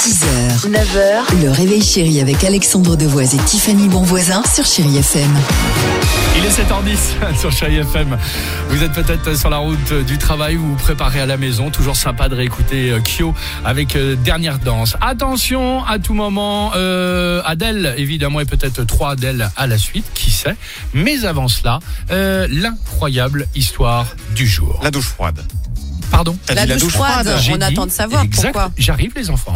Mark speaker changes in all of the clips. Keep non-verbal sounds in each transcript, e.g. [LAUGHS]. Speaker 1: 6h, 9h, le réveil chéri avec Alexandre Devoise et Tiffany Bonvoisin sur Chéri FM.
Speaker 2: Il est 7h10 [LAUGHS] sur Chéri FM. Vous êtes peut-être sur la route du travail ou vous préparez à la maison. Toujours sympa de réécouter euh, Kyo avec euh, Dernière Danse. Attention à tout moment, euh, Adèle évidemment et peut-être trois Adèle à la suite, qui sait. Mais avant cela, euh, l'incroyable histoire du jour.
Speaker 3: La douche froide.
Speaker 2: Pardon
Speaker 3: T'as
Speaker 4: La
Speaker 3: dit
Speaker 4: douche froide.
Speaker 2: J'ai
Speaker 4: On
Speaker 2: dit-
Speaker 4: attend de savoir
Speaker 2: Exact.
Speaker 4: pourquoi.
Speaker 2: J'arrive les enfants.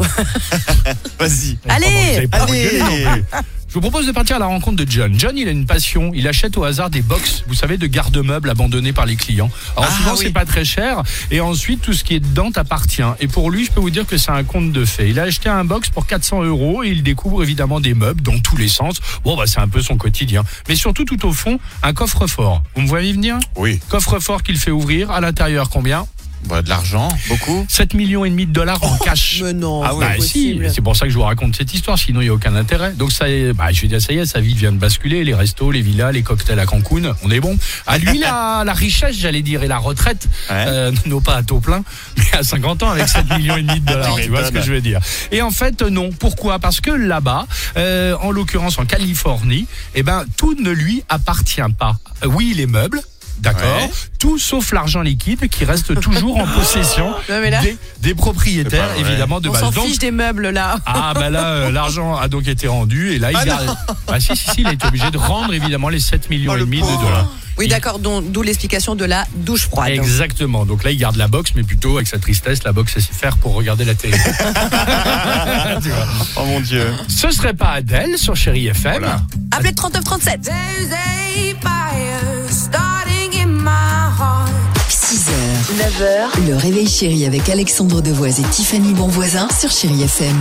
Speaker 3: Vas-y.
Speaker 4: Allez,
Speaker 2: Eh, Pardon, vous avez pas rigolé.
Speaker 3: Allez
Speaker 2: [LAUGHS] Je vous propose de partir à la rencontre de John. John, il a une passion. Il achète au hasard des box, vous savez, de garde-meubles abandonnés par les clients. Alors
Speaker 3: Ah,
Speaker 2: souvent,
Speaker 3: oui.
Speaker 2: c'est pas très cher. Et ensuite, tout ce qui est dedans t'appartient. Et pour lui, je peux vous dire que c'est un conte de fées. Il a acheté un box pour 400 euros et il découvre évidemment des meubles dans tous les sens. Bon, bah, c'est un peu son quotidien. Mais surtout, tout au fond, un coffre-fort. Vous me voyez venir
Speaker 3: Oui,
Speaker 2: Coffre-fort qu'il fait ouvrir. À l'intérieur, combien
Speaker 3: bah, de l'argent, beaucoup.
Speaker 2: 7 millions et demi de dollars en cash.
Speaker 4: Mais non,
Speaker 3: Ah
Speaker 2: Bah,
Speaker 3: ouais,
Speaker 2: si, mais c'est pour ça que je vous raconte cette histoire, sinon il n'y a aucun intérêt. Donc ça, y est, bah, je veux dire, ça y est, sa vie vient de basculer, les restos, les villas, les cocktails à Cancun, on est bon. À lui, la, la richesse, j'allais dire, et la retraite,
Speaker 3: Ouais.
Speaker 2: euh, non pas à taux plein, mais à 50 ans avec 7 millions et demi de dollars,
Speaker 3: Tu
Speaker 2: tu vois ce
Speaker 3: m'étonnes.
Speaker 2: que je veux dire. Et en fait, non. Pourquoi Parce que là-bas, euh, en l'occurrence en Californie, eh ben, tout ne lui appartient pas. Euh, Oui, les meubles, d'accord,
Speaker 3: Ouais.
Speaker 2: tout sauf l'argent liquide qui reste toujours en possession
Speaker 4: Ouais, mais là-
Speaker 2: des, des propriétaires,
Speaker 3: C'est pas vrai.
Speaker 2: évidemment, de
Speaker 4: On
Speaker 2: base.
Speaker 4: s'en
Speaker 2: Donc,
Speaker 4: fiche des meubles là.
Speaker 2: ah bah là, euh, l'argent a donc été rendu et là il
Speaker 3: Ah
Speaker 2: garde- Bah si, si, si, il a été obligé de rendre évidemment les 7 millions
Speaker 3: Oh,
Speaker 2: et
Speaker 3: le
Speaker 2: demi de
Speaker 3: pauvre.
Speaker 2: dollars.
Speaker 4: Oui,
Speaker 2: Il-
Speaker 4: d'accord, dont- d'où l'explication de la douche froide.
Speaker 2: Exactement. Donc là, il garde la box, mais plutôt avec sa tristesse, la box s'y faire pour regarder
Speaker 4: [LAUGHS]
Speaker 2: la télé. [LAUGHS] Tu vois.
Speaker 3: Oh mon dieu.
Speaker 2: Ce serait pas Adèle sur Chéri FM.
Speaker 3: Voilà.
Speaker 4: Appelez le 3937.
Speaker 5: There's a fire starting in my heart.
Speaker 1: 6h, 9h, le réveil chéri avec Alexandre Devoise et Tiffany Bonvoisin sur Chéri FM.